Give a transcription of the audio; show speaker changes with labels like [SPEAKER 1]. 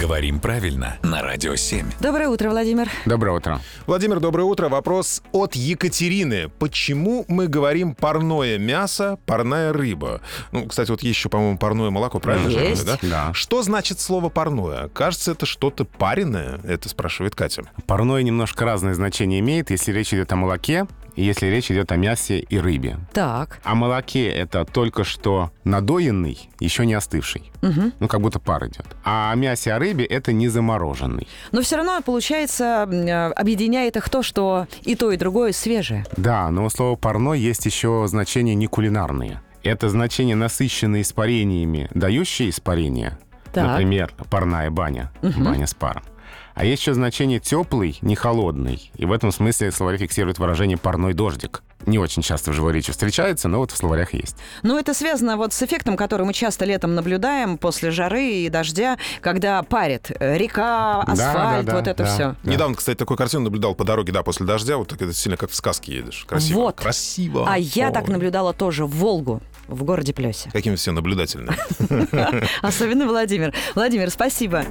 [SPEAKER 1] Говорим правильно на Радио 7.
[SPEAKER 2] Доброе утро, Владимир.
[SPEAKER 3] Доброе утро.
[SPEAKER 4] Владимир, доброе утро. Вопрос от Екатерины. Почему мы говорим парное мясо, парная рыба? Ну, кстати, вот есть еще, по-моему, парное молоко, правильно? же,
[SPEAKER 2] Есть.
[SPEAKER 4] да?
[SPEAKER 3] Да.
[SPEAKER 4] Что значит слово парное? Кажется, это что-то пареное, это спрашивает Катя.
[SPEAKER 3] Парное немножко разное значение имеет, если речь идет о молоке и если речь идет о мясе и рыбе.
[SPEAKER 2] Так,
[SPEAKER 3] О молоке это только что надоенный, еще не остывший. Ну, как будто пар идет. А о мясе о рыбе это не замороженный.
[SPEAKER 2] но все равно, получается, м, э, объединяет их то, что и то, и другое свежее.
[SPEAKER 3] Да, но у слова парной есть еще значение не кулинарные. Это значение насыщенные испарениями, дающие испарения.
[SPEAKER 2] Так.
[SPEAKER 3] Например, парная баня, баня с паром. А есть еще значение теплый, не холодный. И в этом смысле словари фиксируют выражение парной дождик. Не очень часто в живой речи встречается, но вот в словарях есть.
[SPEAKER 2] Но Ну, это связано вот с эффектом, который мы часто летом наблюдаем после жары и дождя, когда парит э, река,
[SPEAKER 3] Да, да,
[SPEAKER 2] асфальт,
[SPEAKER 3] да,
[SPEAKER 2] вот это
[SPEAKER 3] да.
[SPEAKER 2] все.
[SPEAKER 3] Да.
[SPEAKER 4] Недавно, кстати, такую картину наблюдал по дороге, да, после дождя. Вот так это сильно как в сказке едешь. Красиво.
[SPEAKER 2] Вот.
[SPEAKER 4] Красиво.
[SPEAKER 2] А я так
[SPEAKER 4] Ой.
[SPEAKER 2] наблюдала тоже Волгу в городе Плесе.
[SPEAKER 4] Каким все наблюдательным.
[SPEAKER 2] Особенно Владимир. Владимир, спасибо.